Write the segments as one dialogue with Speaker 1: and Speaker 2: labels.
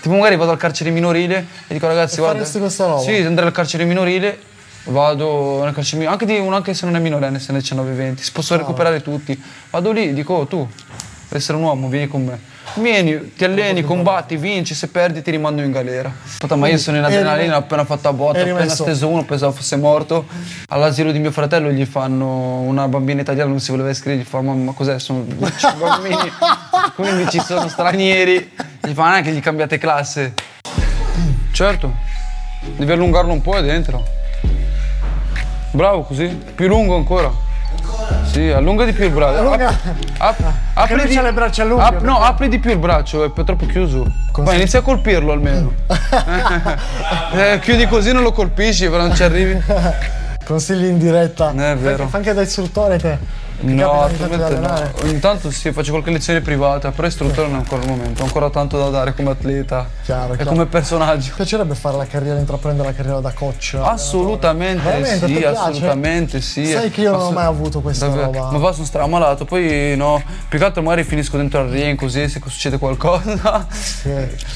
Speaker 1: Tipo magari vado al carcere minorile e dico ragazzi
Speaker 2: E
Speaker 1: guarda...
Speaker 2: faresti questa roba?
Speaker 1: Sì, andare al carcere minorile, vado nel carcere minorile, anche, di uno, anche se non è minorenne, se ne è 19-20, si
Speaker 2: Ah.
Speaker 1: possono recuperare tutti. Vado lì, dico "Oh, tu, per essere un uomo, vieni con me. Vieni, ti alleni, combatti, vinci, se perdi ti rimando in galera. Puta, ma io sono in
Speaker 2: Eri-
Speaker 1: adrenalina, ho appena fatto a botta, ho
Speaker 2: eri
Speaker 1: appena
Speaker 2: messo-
Speaker 1: steso uno, pensavo fosse morto. All'asilo di mio fratello gli fanno una bambina italiana, non si voleva iscrivere, gli fa mamma ma cos'è? Sono 12 bambini, quindi ci sono stranieri. Gli fa neanche gli cambiate classe. Certo, devi allungarlo un po' ed entra. Bravo così, più lungo ancora. Sì, allunga di più il braccio.
Speaker 2: Allunga.
Speaker 1: Ap- apri
Speaker 2: lui
Speaker 1: di-
Speaker 2: c'ha le braccia lunghe,
Speaker 1: ap- no, apri di più il braccio, è troppo chiuso. Vai, inizia a colpirlo almeno. Eh, chiudi così non lo colpisci, però non ci arrivi.
Speaker 2: Consigli in diretta.
Speaker 1: Eh, è vero.
Speaker 2: Fa anche da istruttore te. Ti
Speaker 1: No,
Speaker 2: capita ogni tanto di
Speaker 1: attualmente
Speaker 2: allenare?
Speaker 1: no. Ogni tanto sì, faccio qualche lezione privata, però istruttore non è ancora il momento, ho ancora tanto da dare come atleta
Speaker 2: Chiaro,
Speaker 1: e
Speaker 2: chiaro.
Speaker 1: come personaggio.
Speaker 2: Ti piacerebbe fare la carriera, intraprendere la carriera da coach?
Speaker 1: Assolutamente
Speaker 2: Veramente, ti
Speaker 1: sì,
Speaker 2: piace?
Speaker 1: assolutamente Ah, sì.
Speaker 2: Sai che io non ho
Speaker 1: Assu-
Speaker 2: mai avuto questa
Speaker 1: Davvero.
Speaker 2: roba.
Speaker 1: Ma poi sono stramalato, poi no, più che altro magari finisco dentro al ring così se succede qualcosa.
Speaker 2: Sì.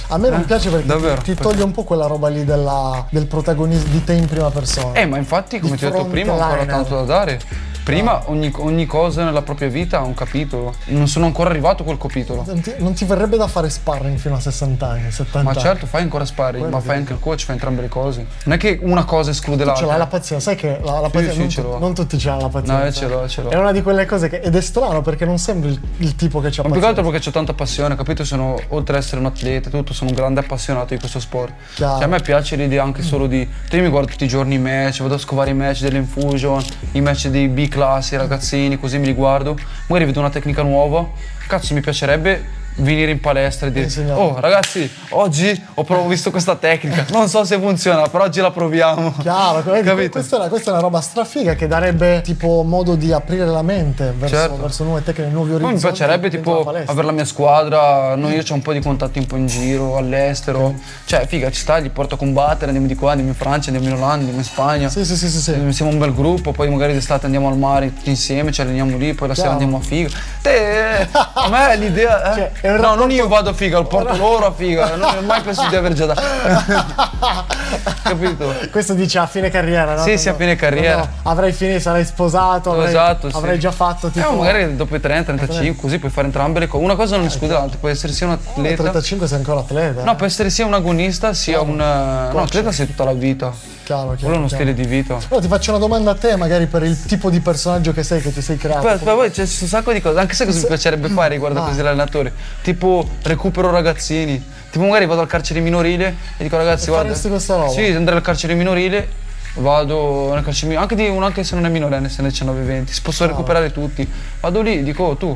Speaker 2: A me non piace perché
Speaker 1: Eh, davvero?
Speaker 2: ti toglie un po' quella roba lì della- del protagonista di te in prima persona.
Speaker 1: Eh, ma infatti, come
Speaker 2: Di
Speaker 1: ti ho detto prima, ho ancora
Speaker 2: frontliner. Ah.
Speaker 1: tanto da dare. Prima ogni, ogni cosa nella propria vita ha un capitolo. Non sono ancora arrivato a quel capitolo.
Speaker 2: Non, ti, non ti verrebbe da fare sparring fino a 60 anni, 70
Speaker 1: Ma
Speaker 2: anni.
Speaker 1: certo, fai ancora spari, ma fai anche il coach, fai entrambe le cose. Non è che una cosa esclude
Speaker 2: Ce l'hai
Speaker 1: l'altra.
Speaker 2: la pazienza, sai che la, la pazienza,
Speaker 1: sì,
Speaker 2: non,
Speaker 1: ce
Speaker 2: tu-
Speaker 1: l'ho.
Speaker 2: non tutti ce l'hanno la pazienza.
Speaker 1: No, io ce l'ho, ce l'ho.
Speaker 2: È una di quelle cose che. Ed è strano perché non sembri il, il tipo che c'ha
Speaker 1: Ma più che
Speaker 2: pazienza.
Speaker 1: altro perché ho tanta passione, capito? Sono, oltre ad essere un atleta e tutto, sono un grande appassionato di questo sport.
Speaker 2: Chiaro.
Speaker 1: Cioè, a me piace l'idea anche solo di. cioè, Io mi guardo tutti i giorni i match, vado a scovare i match dell'infusion, i match dei B class, i ragazzini, così mi li guardo. Magari vedo una tecnica nuova. Cazzo, mi piacerebbe venire in palestra e dire
Speaker 2: Insegnare.
Speaker 1: Oh ragazzi, oggi ho prov- visto questa tecnica, non so se funziona, però oggi la proviamo.
Speaker 2: Chiaro, vedi,
Speaker 1: Capito?
Speaker 2: Questa, è una, questa è una roba strafiga che darebbe tipo modo di aprire la mente verso,
Speaker 1: Certo.
Speaker 2: verso nuove tecniche, nuovi
Speaker 1: Poi
Speaker 2: orizzonti.
Speaker 1: mi piacerebbe
Speaker 2: dentro
Speaker 1: tipo
Speaker 2: la palestra.
Speaker 1: avere la mia squadra, noi io ho un po' di contatti un po' in giro, all'estero. Cioè, figa, ci sta, li porto a combattere, andiamo di qua, andiamo in Francia, andiamo in Olanda, andiamo in Spagna.
Speaker 2: Sì, sì, sì, sì, sì.
Speaker 1: Eh, Siamo un bel gruppo, poi magari d'estate andiamo al mare tutti insieme, ci alleniamo lì, poi la sera
Speaker 2: Chiaro.
Speaker 1: andiamo a figa. Te, eh, a me l'idea. eh.
Speaker 2: Cioè, è un
Speaker 1: no, non io vado a figa, il porto loro a figa. Non ho mai pensato di aver già dato. Capito?
Speaker 2: Questo dice a fine carriera, no?
Speaker 1: Sì, sì, a fine carriera.
Speaker 2: Quando avrai finito, sarai sposato, avrai,
Speaker 1: esatto, sì.
Speaker 2: avrai già fatto tipo...
Speaker 1: Eh, magari dopo i 30, 35, così puoi fare entrambe le cose. Una cosa non esclude l'altra, puoi essere sia un
Speaker 2: a
Speaker 1: atleta.
Speaker 2: 35 sei ancora atleta.
Speaker 1: No, può essere sia un agonista sia un. eh, No, atleta sei tutta la vita.
Speaker 2: Chiaro, chiaro,
Speaker 1: Quello è uno
Speaker 2: chiaro.
Speaker 1: stile di vita.
Speaker 2: Però ti faccio una domanda a te, magari per il tipo di personaggio che sei, che ti sei creato.
Speaker 1: Poi, poi- poi c'è un sacco di cose, anche se cosa mi
Speaker 2: Mm.
Speaker 1: piacerebbe fare riguardo a così l'allenatore. Tipo recupero ragazzini. Tipo magari vado al carcere minorile e dico ragazzi guarda.
Speaker 2: faresti questa roba?
Speaker 1: Sì, andare al carcere minorile, vado nel carcere minorile, anche, di uno, anche se non è minorenne, se ne è 19-20, si possono recuperare tutti. Vado lì, dico "Oh, tu,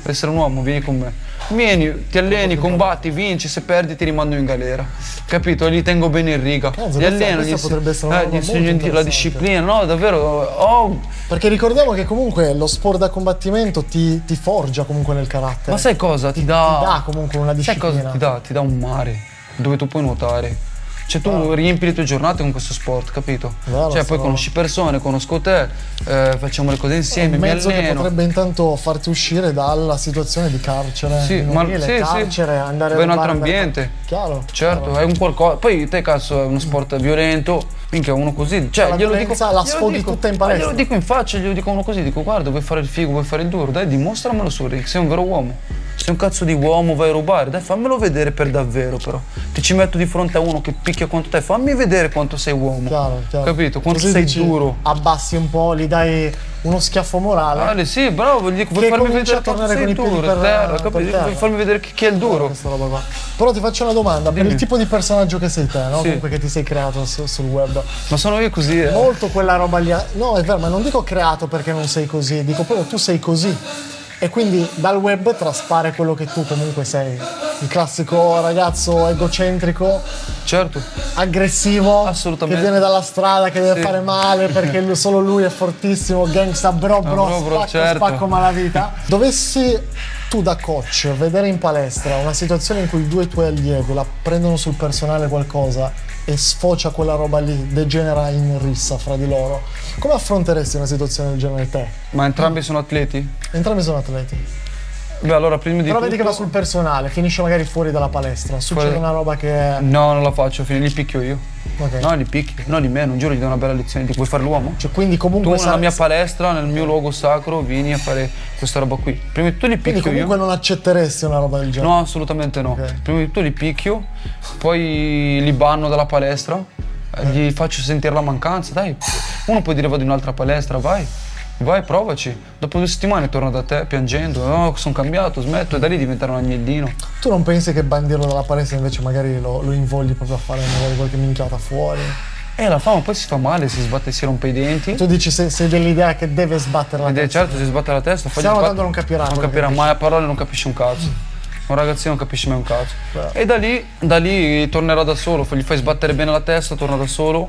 Speaker 1: per essere un uomo, vieni con me. Vieni, ti alleni, combatti, vinci, se perdi ti rimando in galera. Capito? Li tengo bene in riga.
Speaker 2: Cazzo,
Speaker 1: Li
Speaker 2: questa-
Speaker 1: alleno, gli
Speaker 2: questa
Speaker 1: ins-
Speaker 2: potrebbe essere una
Speaker 1: eh,
Speaker 2: roba
Speaker 1: gli
Speaker 2: molto
Speaker 1: insegno di- la
Speaker 2: interessante.
Speaker 1: disciplina, no, davvero. Oh,
Speaker 2: Perché ricordiamo che comunque lo sport da combattimento ti, ti forgia comunque nel carattere.
Speaker 1: Ma sai cosa? Ti
Speaker 2: Ti
Speaker 1: dà.
Speaker 2: dà comunque una
Speaker 1: sai
Speaker 2: disciplina.
Speaker 1: cosa ti dà? Ti dà un mare dove tu puoi nuotare. Cioè tu
Speaker 2: Ah.
Speaker 1: riempi le tue giornate con questo sport, capito?
Speaker 2: Vero,
Speaker 1: cioè poi
Speaker 2: sono-
Speaker 1: conosci persone, conosco te, eh, facciamo le cose insieme,
Speaker 2: un
Speaker 1: mi
Speaker 2: mezzo che
Speaker 1: alleno.
Speaker 2: potrebbe intanto farti uscire dalla situazione di carcere,
Speaker 1: Sì,
Speaker 2: di
Speaker 1: ma-
Speaker 2: minorile,
Speaker 1: sì, sì.
Speaker 2: carcere, andare
Speaker 1: Vai in
Speaker 2: al
Speaker 1: un altro
Speaker 2: bar, andare-
Speaker 1: ambiente.
Speaker 2: Chiaro.
Speaker 1: Certo, è un qualcosa. Poi te cazzo è uno sport violento, minchia uno così. Cioè,
Speaker 2: La
Speaker 1: glielo dico,
Speaker 2: violenza la
Speaker 1: glielo
Speaker 2: sfoghi
Speaker 1: dico-
Speaker 2: tutta in
Speaker 1: ma
Speaker 2: palestra.
Speaker 1: Glielo dico in faccia, glielo dico a uno così, dico guarda, vuoi fare il figo, vuoi fare il duro, dai, dimostramelo su ring, sei un vero uomo. Sei un cazzo di uomo, vai a rubare, dai, fammelo vedere per davvero però. Ti ci metto di fronte a uno che picchia quanto te, fammi vedere quanto sei uomo.
Speaker 2: Chiaro, chiaro.
Speaker 1: Capito? Quanto
Speaker 2: Così
Speaker 1: sei
Speaker 2: dici,
Speaker 1: duro. Ah, ecco.
Speaker 2: Abbassi un po', gli dai uno schiaffo morale.
Speaker 1: Allora, sì, bravo, gli dico, vuoi
Speaker 2: Che
Speaker 1: farmi
Speaker 2: comincia
Speaker 1: vedere
Speaker 2: a
Speaker 1: quanto
Speaker 2: tornare
Speaker 1: sei
Speaker 2: con i piedi
Speaker 1: duro,
Speaker 2: per-
Speaker 1: terra,
Speaker 2: per
Speaker 1: capito?
Speaker 2: terra.
Speaker 1: Vuoi farmi vedere chi, chi è il duro.
Speaker 2: questa roba qua. Però ti faccio una domanda, per il tipo di personaggio che sei te, no?
Speaker 1: Sì.
Speaker 2: Comunque che ti sei creato su- sul web.
Speaker 1: Ma sono io così, eh.
Speaker 2: Molto quella roba lì. a- No, è vero, ma non dico creato perché non sei così, dico proprio tu sei così. E quindi dal web traspare quello che tu comunque sei. Il classico ragazzo egocentrico,
Speaker 1: Certo.
Speaker 2: aggressivo,
Speaker 1: Assolutamente.
Speaker 2: che viene dalla strada, che deve
Speaker 1: Sì.
Speaker 2: fare male perché lui- solo lui è fortissimo, gangsta bro bro,
Speaker 1: bro, bro,
Speaker 2: spacco,
Speaker 1: certo.
Speaker 2: spacco malavita. Dovessi tu da coach vedere in palestra una situazione in cui due tuoi allievi la prendono sul personale qualcosa e sfocia quella roba lì, degenera in rissa fra di loro, come affronteresti una situazione del genere te?
Speaker 1: Ma entrambi sono atleti?
Speaker 2: Entrambi sono atleti.
Speaker 1: Beh, allora prima di
Speaker 2: Però vedi che
Speaker 1: tutto-
Speaker 2: va sul personale, finisce magari fuori dalla palestra, succede
Speaker 1: Fuori-
Speaker 2: una roba che...
Speaker 1: No, non la faccio, fine, li picchio io.
Speaker 2: Ok.
Speaker 1: No, li picchi. No, di me, non giuro, gli do una bella lezione. Ti vuoi fare l'uomo?
Speaker 2: Cioè, quindi
Speaker 1: Tu
Speaker 2: comunque...
Speaker 1: nella
Speaker 2: sa-
Speaker 1: mia palestra, nel mio luogo sacro, vieni a fare questa roba qui. Prima di tutto li
Speaker 2: quindi
Speaker 1: picchio Ecco
Speaker 2: comunque
Speaker 1: io.
Speaker 2: non accetteresti una roba del genere.
Speaker 1: No, assolutamente no.
Speaker 2: Ok.
Speaker 1: Prima di tutto li picchio, poi li banno dalla palestra, eh, gli faccio sentire la mancanza, dai. Uno può dire vado in un'altra palestra, vai. Vai, provaci. Dopo due settimane torno da te piangendo. No, sono cambiato, smetto. E da lì diventare un agnellino.
Speaker 2: Tu non pensi che bandirlo dalla palestra invece magari lo, lo invogli proprio a fare magari qualche minchiata fuori?
Speaker 1: E la fama poi si fa male, si sbatte, si rompe i denti.
Speaker 2: Tu dici se- sei dell'idea che deve sbattere la
Speaker 1: Ed è
Speaker 2: testa.
Speaker 1: certo, si sbatte la testa, fagli
Speaker 2: Stiamo
Speaker 1: sbat-
Speaker 2: tanto non capirà
Speaker 1: Non
Speaker 2: quello
Speaker 1: capirà
Speaker 2: che
Speaker 1: mai, a parole non capisce un cazzo. Un ragazzino non capisce mai un cazzo. E da lì, da lì tornerà da solo, gli fai sbattere bene la testa, torna da solo.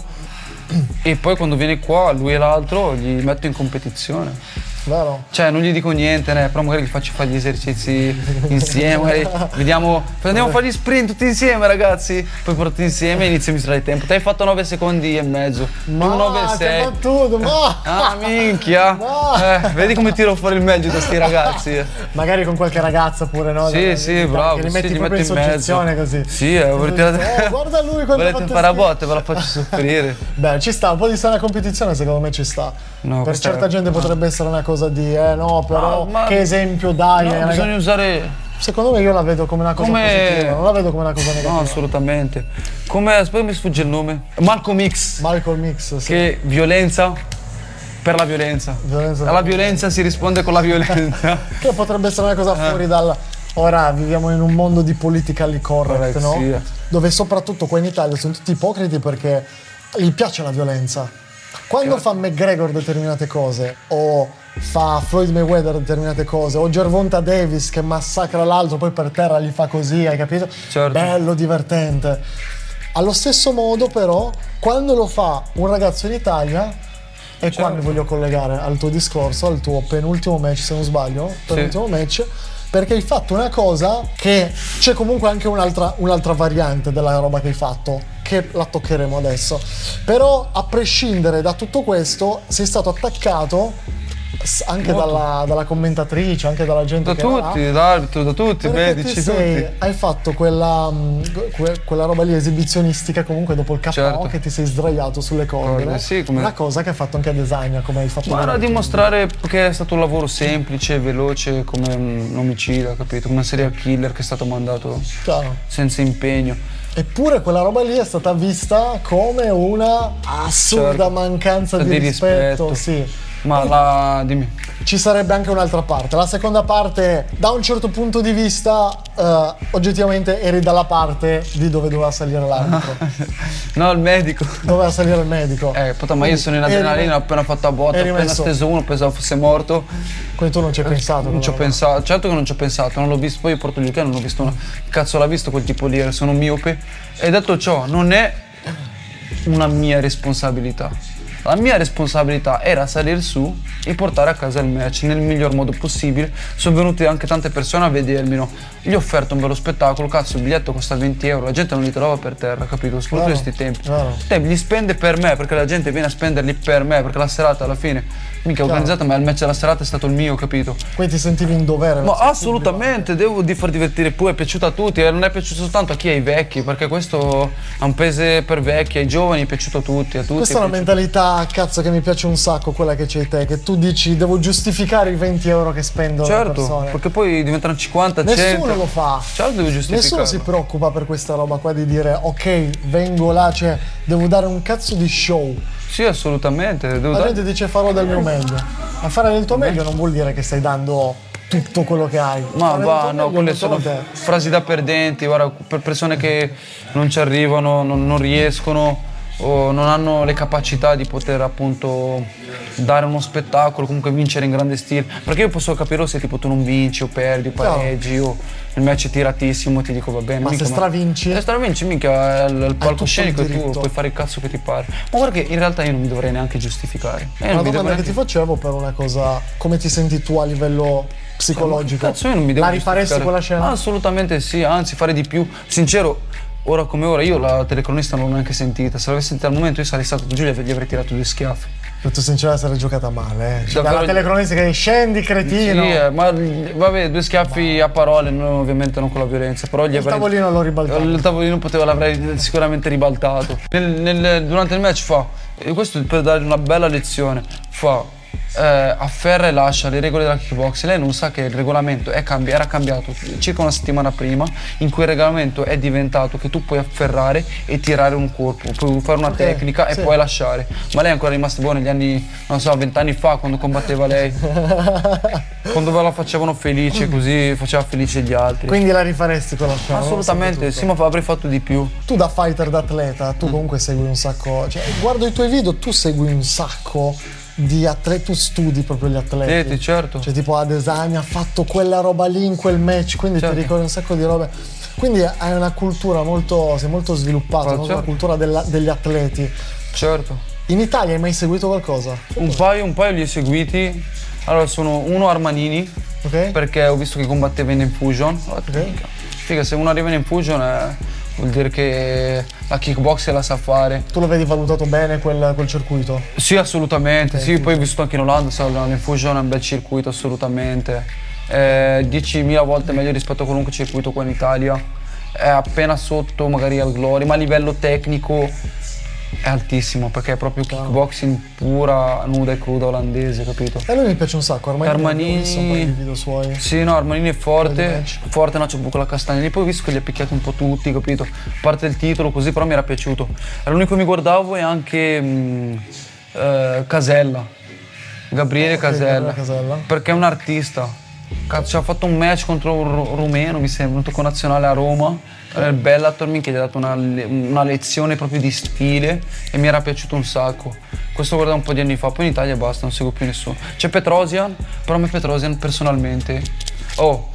Speaker 1: E poi quando viene qua, lui e l'altro, gli metto in competizione.
Speaker 2: Vero?
Speaker 1: Cioè, non gli dico niente, né, però magari gli faccio fare gli esercizi insieme. magari vediamo, andiamo a fare gli sprint tutti insieme, ragazzi. Poi porti insieme e inizia a misurare il tempo. Te hai fatto 9 secondi e mezzo. tu 9
Speaker 2: Ma Ah, che
Speaker 1: 6.
Speaker 2: battuto, ma...
Speaker 1: Ah, minchia!
Speaker 2: No.
Speaker 1: Eh, vedi come tiro fuori il meglio da sti ragazzi. eh.
Speaker 2: Magari con qualche ragazza pure, no?
Speaker 1: Sì, sì, bravo.
Speaker 2: Che li
Speaker 1: sì,
Speaker 2: metti
Speaker 1: li
Speaker 2: proprio
Speaker 1: metto
Speaker 2: in soggezione
Speaker 1: mezzo.
Speaker 2: così.
Speaker 1: Sì, eh, volete,
Speaker 2: Oh, guarda lui quando
Speaker 1: volete
Speaker 2: ha fatto
Speaker 1: fare a
Speaker 2: schifo.
Speaker 1: botte, ve la faccio soffrire.
Speaker 2: Beh, ci sta, un po' di sana competizione secondo me ci sta.
Speaker 1: No,
Speaker 2: per
Speaker 1: questa
Speaker 2: certa
Speaker 1: è-
Speaker 2: gente potrebbe essere una cosa di eh no, però
Speaker 1: No, ma-
Speaker 2: che esempio dai.
Speaker 1: No,
Speaker 2: eh, raga-
Speaker 1: bisogna usare.
Speaker 2: Secondo me io la vedo come una cosa
Speaker 1: Come-
Speaker 2: positiva, non la vedo come una cosa negativa.
Speaker 1: No, assolutamente. Come aspetta mi sfugge il nome? Malcolm X.
Speaker 2: Malcolm X, sì.
Speaker 1: Che violenza per la violenza.
Speaker 2: Violenza-
Speaker 1: Alla violenza si risponde con la violenza.
Speaker 2: Che potrebbe essere una
Speaker 1: Eh.
Speaker 2: cosa fuori dal. Ora viviamo in un mondo di politically correct, no?
Speaker 1: Correct, sì.
Speaker 2: Dove soprattutto qua in Italia sono tutti ipocriti perché gli piace la violenza. Quando fa McGregor determinate cose, o fa Floyd Mayweather determinate cose, o Gervonta Davis che massacra l'altro, poi per terra gli fa così, hai capito?
Speaker 1: Certo.
Speaker 2: Bello, divertente. Allo stesso modo, però, quando lo fa un ragazzo in Italia, e
Speaker 1: Cioè,
Speaker 2: qua mi voglio collegare al tuo discorso, al tuo penultimo match, se non sbaglio, penultimo match, perché hai fatto una cosa che c'è comunque anche un'altra, un'altra variante della roba che hai fatto, che la toccheremo adesso. Però, a prescindere da tutto questo, sei stato attaccato s- anche dalla, dalla commentatrice, anche dalla gente
Speaker 1: Da
Speaker 2: che era là.
Speaker 1: tutti, dall'arbitro, da tutti,
Speaker 2: Perché
Speaker 1: medici,
Speaker 2: ti
Speaker 1: tutti.
Speaker 2: sei- hai fatto quella, mh, que- quella roba lì esibizionistica comunque dopo il KO
Speaker 1: Certo.
Speaker 2: che ti sei sdraiato sulle corde.
Speaker 1: Corde, sì, come-
Speaker 2: Una cosa che ha fatto anche a design, come hai fatto.
Speaker 1: Ma era
Speaker 2: vedere.
Speaker 1: dimostrare che è stato un lavoro semplice, veloce, come un omicida, capito? Come un serial killer che è stato mandato
Speaker 2: Chiaro.
Speaker 1: senza impegno.
Speaker 2: Eppure quella roba lì è stata vista come una assurda
Speaker 1: Certo.
Speaker 2: mancanza di,
Speaker 1: Di rispetto.
Speaker 2: Sì.
Speaker 1: Ma la... dimmi.
Speaker 2: Ci sarebbe anche un'altra parte. La seconda parte, da un certo punto di vista, eh, oggettivamente eri dalla parte di dove doveva salire l'arbitro.
Speaker 1: No, il medico.
Speaker 2: doveva salire il medico.
Speaker 1: Eh, puttana, ma io sono in adrenalina, ho appena fatto a botta,
Speaker 2: è
Speaker 1: ho appena
Speaker 2: rimesso.
Speaker 1: steso uno, pensavo fosse morto.
Speaker 2: Quindi tu non ci hai pensato.
Speaker 1: Non ci ho
Speaker 2: però.
Speaker 1: pensato, certo che non ci ho pensato, non l'ho visto, poi io porto gli occhiali, non ho visto una. Cazzo l'ha visto quel tipo lì, era- sono miope. E detto ciò, non è una mia responsabilità. La mia responsabilità era salire su e portare a casa il match nel miglior modo possibile. Sono venute anche tante persone a vedermi, no? Gli ho offerto un bello spettacolo, cazzo, il biglietto costa 20 euro, la gente non li trova per terra, capito? Soprattutto in
Speaker 2: Claro,
Speaker 1: questi tempi.
Speaker 2: claro.
Speaker 1: Te li spende per me, perché la gente viene a spenderli per me, perché la serata alla fine, mica organizzata, ma il match della serata è stato il mio, capito?
Speaker 2: Quindi ti sentivi in dovere.
Speaker 1: Ma
Speaker 2: verso il
Speaker 1: assolutamente, devo di far divertire pure, è piaciuto a tutti e non è piaciuto soltanto a chi è i vecchi, perché questo è un paese per vecchi, ai giovani è piaciuto a tutti, a tutti.
Speaker 2: Questa è una
Speaker 1: piaciuto.
Speaker 2: mentalità, cazzo, che mi piace un sacco, quella che c'hai te, che tu dici devo giustificare i 20 euro che spendo le
Speaker 1: Certo,
Speaker 2: persone.
Speaker 1: perché poi diventano 50, 100.
Speaker 2: eh. Nessuno lo fa.
Speaker 1: Certo, devo
Speaker 2: Nessuno si
Speaker 1: giustificare.
Speaker 2: preoccupa per questa roba qua di dire ok, vengo là, cioè devo dare un cazzo di show.
Speaker 1: Sì, assolutamente. Devo
Speaker 2: La
Speaker 1: dare...
Speaker 2: gente dice farò del mio meglio. Ma fare del tuo meglio non vuol dire che stai dando tutto quello che hai.
Speaker 1: Ma
Speaker 2: Fare del tuo
Speaker 1: va,
Speaker 2: meglio
Speaker 1: no, quelle
Speaker 2: è
Speaker 1: sono
Speaker 2: solo te.
Speaker 1: frasi da perdenti, guarda, per persone che non ci arrivano, non, non riescono o non hanno le capacità di poter appunto dare uno spettacolo, comunque vincere in grande stile. Perché io posso capirlo se tipo tu non vinci o perdi o
Speaker 2: Chiaro.
Speaker 1: pareggi o il match è tiratissimo, ti dico va bene.
Speaker 2: Ma
Speaker 1: mica,
Speaker 2: se stravinci?
Speaker 1: Se stravinci, mica è il, il palcoscenico e tu
Speaker 2: diritto.
Speaker 1: puoi fare il cazzo che ti pare. Ma guarda che in realtà io non mi dovrei neanche giustificare. Eh, non
Speaker 2: La
Speaker 1: mi
Speaker 2: domanda
Speaker 1: dovrei
Speaker 2: che ti facevo per una cosa, come ti senti tu a livello psicologico?
Speaker 1: Cazzo, io non mi devo Ah,
Speaker 2: La rifaresti
Speaker 1: giustificare.
Speaker 2: quella scena?
Speaker 1: Assolutamente sì, anzi, fare di più. Sincero, ora come ora, io la telecronista non l'ho neanche sentita. Se l'avessi sentita al momento, io sarei stato giù e gli avrei tirato due schiaffi.
Speaker 2: Detto sincero, sarei giocata male. eh. Cioè,
Speaker 1: Davvero-
Speaker 2: dalla telecronistica che scendi,
Speaker 1: Sì,
Speaker 2: cretino.
Speaker 1: eh, ma vabbè, due schiaffi a parole, non- ovviamente non con la violenza, però gli
Speaker 2: Il
Speaker 1: avrei-
Speaker 2: tavolino l'ho ribaltato.
Speaker 1: Il tavolino poteva l'avrei sicuramente ribaltato. Nel- nel- durante il match fa, e questo per dare una bella lezione, fa eh, afferra e lascia le regole della kickbox. Lei non sa che il regolamento è cambi- era cambiato circa una settimana prima, in cui il regolamento è diventato che tu puoi afferrare e tirare un corpo, puoi fare una tecnica e
Speaker 2: sì.
Speaker 1: puoi lasciare. Ma lei è ancora rimasta buona negli anni, non so, vent'anni fa quando combatteva lei. quando ve la facevano felice così faceva felice gli altri.
Speaker 2: Quindi la rifaresti con la Sharon?
Speaker 1: Assolutamente, Mm. sì, ma avrei fatto di più.
Speaker 2: Tu da fighter d'atleta, tu comunque segui un sacco, cioè guardo i tuoi video, tu segui un sacco di atleti, tu studi proprio gli atleti.
Speaker 1: Vedete, certo.
Speaker 2: Cioè tipo Adesanya ha fatto quella roba lì in quel match, quindi
Speaker 1: Certo.
Speaker 2: ti ricordi un sacco di robe. Quindi hai una cultura molto, sei molto sviluppata,
Speaker 1: Ah,
Speaker 2: no?
Speaker 1: certo.
Speaker 2: la cultura della- degli atleti.
Speaker 1: Certo.
Speaker 2: In Italia hai mai seguito qualcosa?
Speaker 1: Un paio, un paio li ho seguiti. Allora sono uno Armanini,
Speaker 2: Ok?
Speaker 1: perché ho visto che combatteva in Infusion. Ho detto,
Speaker 2: Ok.
Speaker 1: "Minchia, Figa, se uno arriva in Infusion eh, vuol dire che la kickbox la sa fare.
Speaker 2: Tu lo vedi valutato bene quel, quel circuito?
Speaker 1: Sì, assolutamente. sì, poi ho vissuto anche in Olanda, so, l'Infusion è un bel circuito, assolutamente. Eh, 10.000 volte meglio rispetto a qualunque circuito qua in Italia. È appena sotto magari al Glory, ma a livello tecnico è altissimo perché è proprio kickboxing pura, nuda e cruda olandese, capito?
Speaker 2: E a lui mi piace un sacco, ormai
Speaker 1: Armanini-
Speaker 2: ho visto un paio di video suoi.
Speaker 1: Sì, no, Armanini è
Speaker 2: Quello
Speaker 1: forte,
Speaker 2: match.
Speaker 1: forte, no, c'è proprio quella castagna lì, poi ho visto che gli ha picchiato un po' tutti, capito? A parte il titolo, così, però mi era piaciuto. Era l'unico che mi guardavo e anche mh, eh, Casella, Gabriele Casella,
Speaker 2: Eh, Gabriele Casella.
Speaker 1: perché è un artista. Cazzo, ha fatto un match contro un ru- rumeno, mi sembra, un tocco nazionale a Roma, era il Bellator, minchia, gli ha dato una, le- una lezione proprio di stile e mi era piaciuto un sacco. Questo guardavo un po' di anni fa, poi in Italia basta, non seguo più nessuno. C'è Petrosian, però a me Petrosian personalmente... Oh,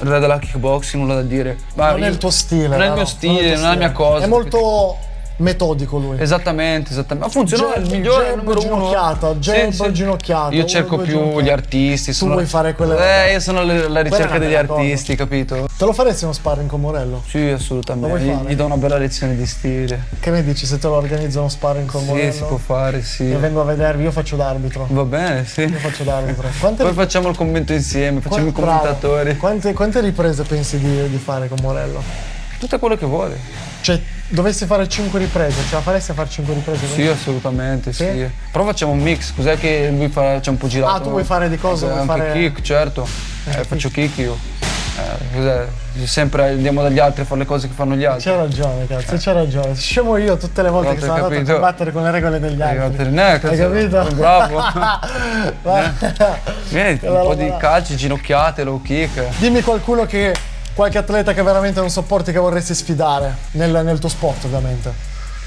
Speaker 1: il re della kickboxing, nulla da dire. Ma
Speaker 2: Non è
Speaker 1: Ah, io-
Speaker 2: il tuo stile.
Speaker 1: Non è il
Speaker 2: no,
Speaker 1: mio
Speaker 2: no,
Speaker 1: stile, non è
Speaker 2: tuo
Speaker 1: la mia
Speaker 2: stile.
Speaker 1: cosa.
Speaker 2: È molto metodico lui.
Speaker 1: Esattamente, esattamente. Ma funziona, è il
Speaker 2: Jab,
Speaker 1: migliore, è il
Speaker 2: jab,
Speaker 1: numero uno. eh.
Speaker 2: ginocchiata, jab, ginocchiata,
Speaker 1: Io
Speaker 2: uno,
Speaker 1: cerco
Speaker 2: due,
Speaker 1: più
Speaker 2: ginocchiata.
Speaker 1: gli artisti.
Speaker 2: Tu vuoi fare quella roba.
Speaker 1: Eh, io sono alla alla ricerca
Speaker 2: è una
Speaker 1: degli
Speaker 2: bella cosa.
Speaker 1: artisti, capito?
Speaker 2: Te lo faresti uno sparring con Morello?
Speaker 1: Sì,
Speaker 2: Lo
Speaker 1: assolutamente.
Speaker 2: vuoi
Speaker 1: Gli,
Speaker 2: fare?
Speaker 1: gli do una bella lezione di stile.
Speaker 2: Che ne dici se te lo organizzo uno sparring con
Speaker 1: Sì,
Speaker 2: Morello?
Speaker 1: si può fare, sì.
Speaker 2: Io vengo a vedervi, io faccio d'arbitro.
Speaker 1: Va bene, sì.
Speaker 2: Io faccio d'arbitro. Quante,
Speaker 1: Poi facciamo il commento insieme, facciamo i
Speaker 2: qua- bravo.
Speaker 1: commentatori.
Speaker 2: Quante, quante riprese pensi di, di fare con Morello?
Speaker 1: Tutto quello che vuole.
Speaker 2: Cioè, dovessi fare 5 riprese, ce la faresti a fare 5 riprese?
Speaker 1: Sì, assolutamente, sì.
Speaker 2: Sì?
Speaker 1: Però facciamo un mix, cos'è che lui fa, c'è un po' girato.
Speaker 2: Ah, tu vuoi fare di cosa?
Speaker 1: Vabbè,
Speaker 2: Vuoi
Speaker 1: anche
Speaker 2: fare-
Speaker 1: kick, certo. Eh, faccio kick io. Eh, cos'è? Sempre andiamo dagli altri a fare le cose che fanno gli altri.
Speaker 2: C'è ragione, cazzo, c'è ragione. Scemo io tutte le volte
Speaker 1: Però
Speaker 2: che
Speaker 1: ti
Speaker 2: sono andato
Speaker 1: capito.
Speaker 2: a combattere con le regole degli
Speaker 1: Gli altri,
Speaker 2: altri.
Speaker 1: no,
Speaker 2: Hai
Speaker 1: cazzo,
Speaker 2: capito?
Speaker 1: Bravo.
Speaker 2: Va-
Speaker 1: eh? Vieni,
Speaker 2: Quella
Speaker 1: un po'
Speaker 2: roba
Speaker 1: di
Speaker 2: là.
Speaker 1: calci, ginocchiate, low kick. eh,
Speaker 2: Dimmi qualcuno che. qualche atleta che veramente non sopporti che vorresti sfidare. Nel, nel tuo sport, ovviamente.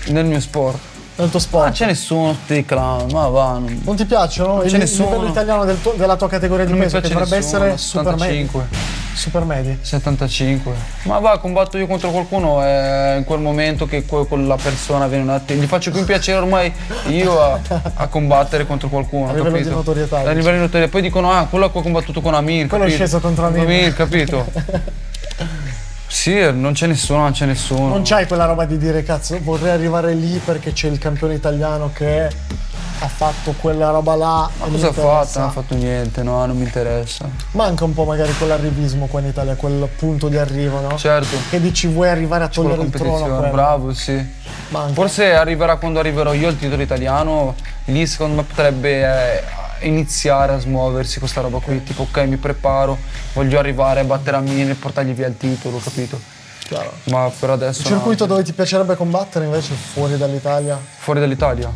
Speaker 1: Nel mio sport.
Speaker 2: Nel
Speaker 1: Non
Speaker 2: tuo sport.
Speaker 1: c'è nessuno dei clown, ma va. Non,
Speaker 2: Non ti piacciono?
Speaker 1: c'è
Speaker 2: il, il
Speaker 1: nessuno.
Speaker 2: livello italiano del tuo- della tua categoria di
Speaker 1: non mi
Speaker 2: peso che
Speaker 1: piace
Speaker 2: dovrebbe
Speaker 1: nessuno,
Speaker 2: essere super medi.
Speaker 1: 75.
Speaker 2: Super medi.
Speaker 1: 75. Ma va, combatto io contro qualcuno eh, in quel momento che que- quella persona viene un attimo. Gli faccio più un piacere ormai io a, a combattere contro qualcuno.
Speaker 2: livello di
Speaker 1: capito?
Speaker 2: notorietà,
Speaker 1: A livello di notorietà. Poi dicono, ah, quello che ho combattuto con Amir.
Speaker 2: Quello è
Speaker 1: capito?
Speaker 2: sceso contro Amir.
Speaker 1: capito? sì, non c'è nessuno, non c'è nessuno.
Speaker 2: Non c'hai quella roba di dire cazzo, vorrei arrivare lì perché c'è il campione italiano che ha fatto quella roba là.
Speaker 1: Ma
Speaker 2: e mi
Speaker 1: cosa ha fatto?
Speaker 2: interessa.
Speaker 1: Non ha fatto niente, no, non mi interessa.
Speaker 2: Manca un po' magari quell'arrivismo qua in Italia, quel punto di arrivo, no?
Speaker 1: Certo,
Speaker 2: Che dici vuoi arrivare a
Speaker 1: con la
Speaker 2: togliere il trono
Speaker 1: competizione,
Speaker 2: quello.
Speaker 1: bravo, sì.
Speaker 2: Manca.
Speaker 1: Forse arriverà quando arriverò io al titolo italiano, lì secondo me potrebbe eh, iniziare a smuoversi questa roba qui, tipo ok mi preparo, voglio arrivare a battere a Mina e portargli via il titolo, capito?
Speaker 2: Chiaro.
Speaker 1: Ma per adesso
Speaker 2: Il
Speaker 1: no.
Speaker 2: circuito dove ti piacerebbe combattere invece fuori dall'Italia?
Speaker 1: fuori dall'Italia.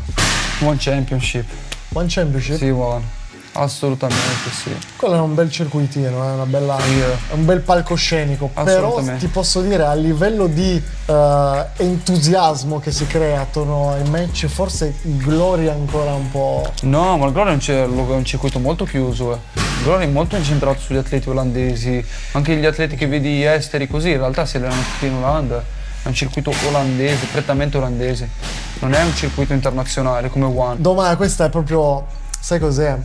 Speaker 1: One Championship,
Speaker 2: One Championship?
Speaker 1: sì, one. Assolutamente sì.
Speaker 2: Quello è un bel circuitino, è, una bella-
Speaker 1: Yeah.
Speaker 2: è un bel palcoscenico. Però
Speaker 1: Assolutamente.
Speaker 2: ti posso dire, a livello di eh, entusiasmo che si crea attorno ai match, forse il Glory è ancora un po'.
Speaker 1: No, ma il Glory è un, cir- è un circuito molto chiuso. eh. Il Glory è molto incentrato sugli atleti olandesi, anche gli atleti che vedi esteri così, in realtà si allenano tutti in Olanda. È un circuito olandese, prettamente olandese. Non è un circuito internazionale come One.
Speaker 2: Domani, questa è proprio. Sai cos'è?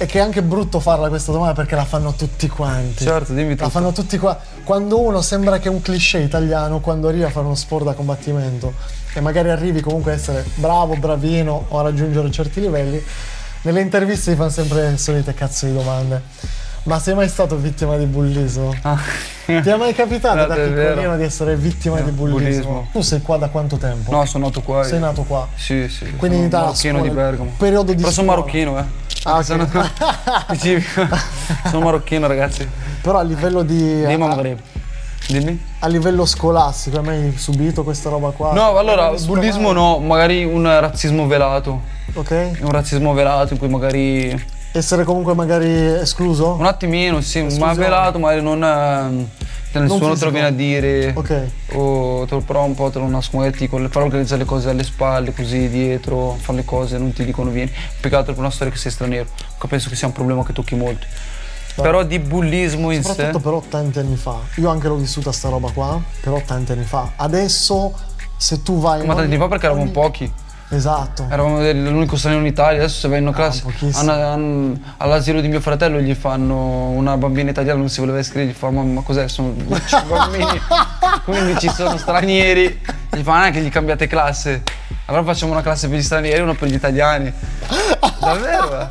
Speaker 2: E che è anche brutto farla questa domanda perché la fanno tutti quanti.
Speaker 1: Certo, dimmi
Speaker 2: La
Speaker 1: tutto.
Speaker 2: fanno tutti qua. Quando uno sembra che è un cliché italiano, quando arrivi a fare uno sport da combattimento e magari arrivi comunque a essere bravo, bravino o a raggiungere certi livelli, nelle interviste ti fanno sempre le solite cazzo di domande. Ma sei mai stato vittima di bullismo?
Speaker 1: Ah.
Speaker 2: Ti è mai capitato
Speaker 1: No,
Speaker 2: da
Speaker 1: è vero.
Speaker 2: piccolino di essere vittima
Speaker 1: No,
Speaker 2: di bullismo?
Speaker 1: bullismo.
Speaker 2: Tu sei qua da quanto tempo?
Speaker 1: No, sono nato qua. io.
Speaker 2: Sei nato qua.
Speaker 1: Sì, sì.
Speaker 2: Quindi in
Speaker 1: sono
Speaker 2: Italia,
Speaker 1: marocchino
Speaker 2: scuola,
Speaker 1: di Bergamo.
Speaker 2: periodo di
Speaker 1: Però sono
Speaker 2: scuola.
Speaker 1: marocchino, eh.
Speaker 2: Ah, ok.
Speaker 1: Sono specifico. sono marocchino, ragazzi.
Speaker 2: Però a livello di.
Speaker 1: Dei
Speaker 2: a,
Speaker 1: Maghreb. Dimmi.
Speaker 2: a livello scolastico, hai mai subito questa roba qua? Eh,
Speaker 1: No, allora,
Speaker 2: Hai
Speaker 1: bullismo no, magari un razzismo velato.
Speaker 2: Ok?
Speaker 1: Un razzismo velato in cui magari
Speaker 2: Essere comunque magari escluso?
Speaker 1: un attimino, sì, ma
Speaker 2: Esclusione.
Speaker 1: velato, magari non ehm, te nessuno te
Speaker 2: fisico.
Speaker 1: lo viene a dire.
Speaker 2: Ok.
Speaker 1: O te lo però un po' te lo nascondi con le parole organizza le cose alle spalle, così dietro, fare le cose, non ti dicono vieni. Più che altro per una storia che sei straniero. che Penso che sia un problema che tocchi molti. Però di bullismo in sé.
Speaker 2: Soprattutto però tanti anni fa. Io anche l'ho vissuta sta roba qua, però tanti anni fa. Adesso se tu vai.
Speaker 1: Ma tanti Eh. fa perché eravamo pochi.
Speaker 2: Esatto.
Speaker 1: Eravamo del- l'unico straniero in Italia, adesso se vai in una classe
Speaker 2: Ah, pochissimo.
Speaker 1: hanno- hanno- all'asilo di mio fratello gli fanno una bambina italiana non si voleva iscrivere, gli fa ma, ma cos'è? Sono 12 bambini, quindi ci sono stranieri, gli fa anche gli cambiate classe. Allora facciamo una classe per gli stranieri e una per gli italiani. Davvero? eh?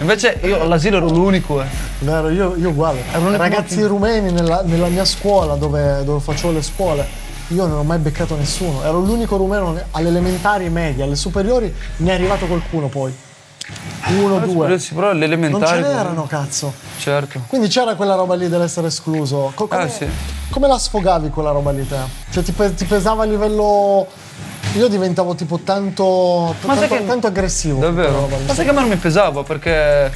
Speaker 1: Invece io all'asilo ero l'unico. eh.
Speaker 2: Vero, io, io uguale. Ragazzi rumeni nella, nella mia scuola dove, dove facevo le scuole, io non ho mai beccato nessuno. Ero l'unico rumeno ne- alle elementari e medie, alle superiori ne è arrivato qualcuno poi. Uno,
Speaker 1: Ah,
Speaker 2: due.
Speaker 1: Sì, Però
Speaker 2: Non ce
Speaker 1: l'elementare.
Speaker 2: n'erano, cazzo.
Speaker 1: Certo.
Speaker 2: Quindi c'era quella roba lì dell'essere escluso. Co- come,
Speaker 1: Ah, sì.
Speaker 2: come la sfogavi quella roba lì te? Cioè ti, pe- ti pesava a livello... Io diventavo tipo tanto,
Speaker 1: Ma sai
Speaker 2: tanto,
Speaker 1: che-
Speaker 2: tanto aggressivo. con quella
Speaker 1: Davvero?
Speaker 2: roba lì.
Speaker 1: Ma sai che a me non mi pesava perché,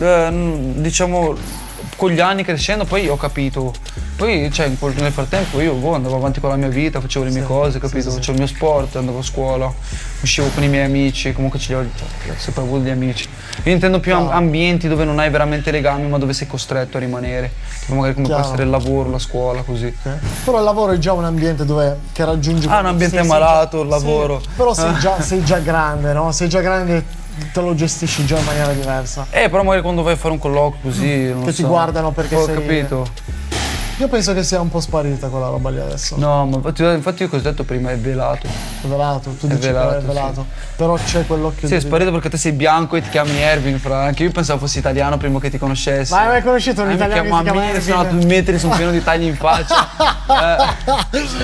Speaker 1: eh, n- diciamo, con gli anni crescendo poi ho capito. Poi, cioè, in quel- nel frattempo io boh, andavo avanti con la mia vita, facevo le mie cose, capito? Facevo il mio sport, andavo a scuola, uscivo con i miei amici, comunque ce li ho, cioè, ho sempre avuto gli amici. Io intendo più am- ambienti dove non hai veramente legami, ma dove sei costretto a rimanere. Tipo magari come
Speaker 2: Chiaro.
Speaker 1: può essere il lavoro, la scuola, così.
Speaker 2: Eh, Però il lavoro è già un ambiente dove che raggiungi.
Speaker 1: Ah, un ambiente malato, il lavoro. Ah.
Speaker 2: Sì, però sei già, sei già grande, no? Sei già grande, te lo gestisci già in maniera diversa.
Speaker 1: Eh, però magari quando vai a fare un colloquio così, non
Speaker 2: Mm. Che ti
Speaker 1: so.
Speaker 2: guardano perché
Speaker 1: Ho
Speaker 2: sei-
Speaker 1: capito.
Speaker 2: Io penso che sia un po' sparita quella roba lì adesso.
Speaker 1: No, ma infatti, infatti io cosa ho detto prima, è velato.
Speaker 2: Velato, tu dici
Speaker 1: velato,
Speaker 2: che è velato. Però c'è quell'occhio
Speaker 1: Sì, è
Speaker 2: di.
Speaker 1: sparito perché te sei bianco e ti chiami Ervin, fra. Anche io pensavo fossi italiano prima che ti conoscessi.
Speaker 2: Ma hai mai conosciuto un
Speaker 1: Eh, mi
Speaker 2: italiano che
Speaker 1: chiamo
Speaker 2: si chiama
Speaker 1: Amir,
Speaker 2: Ervin?
Speaker 1: sono alto due metri, sono pieno di tagli in faccia.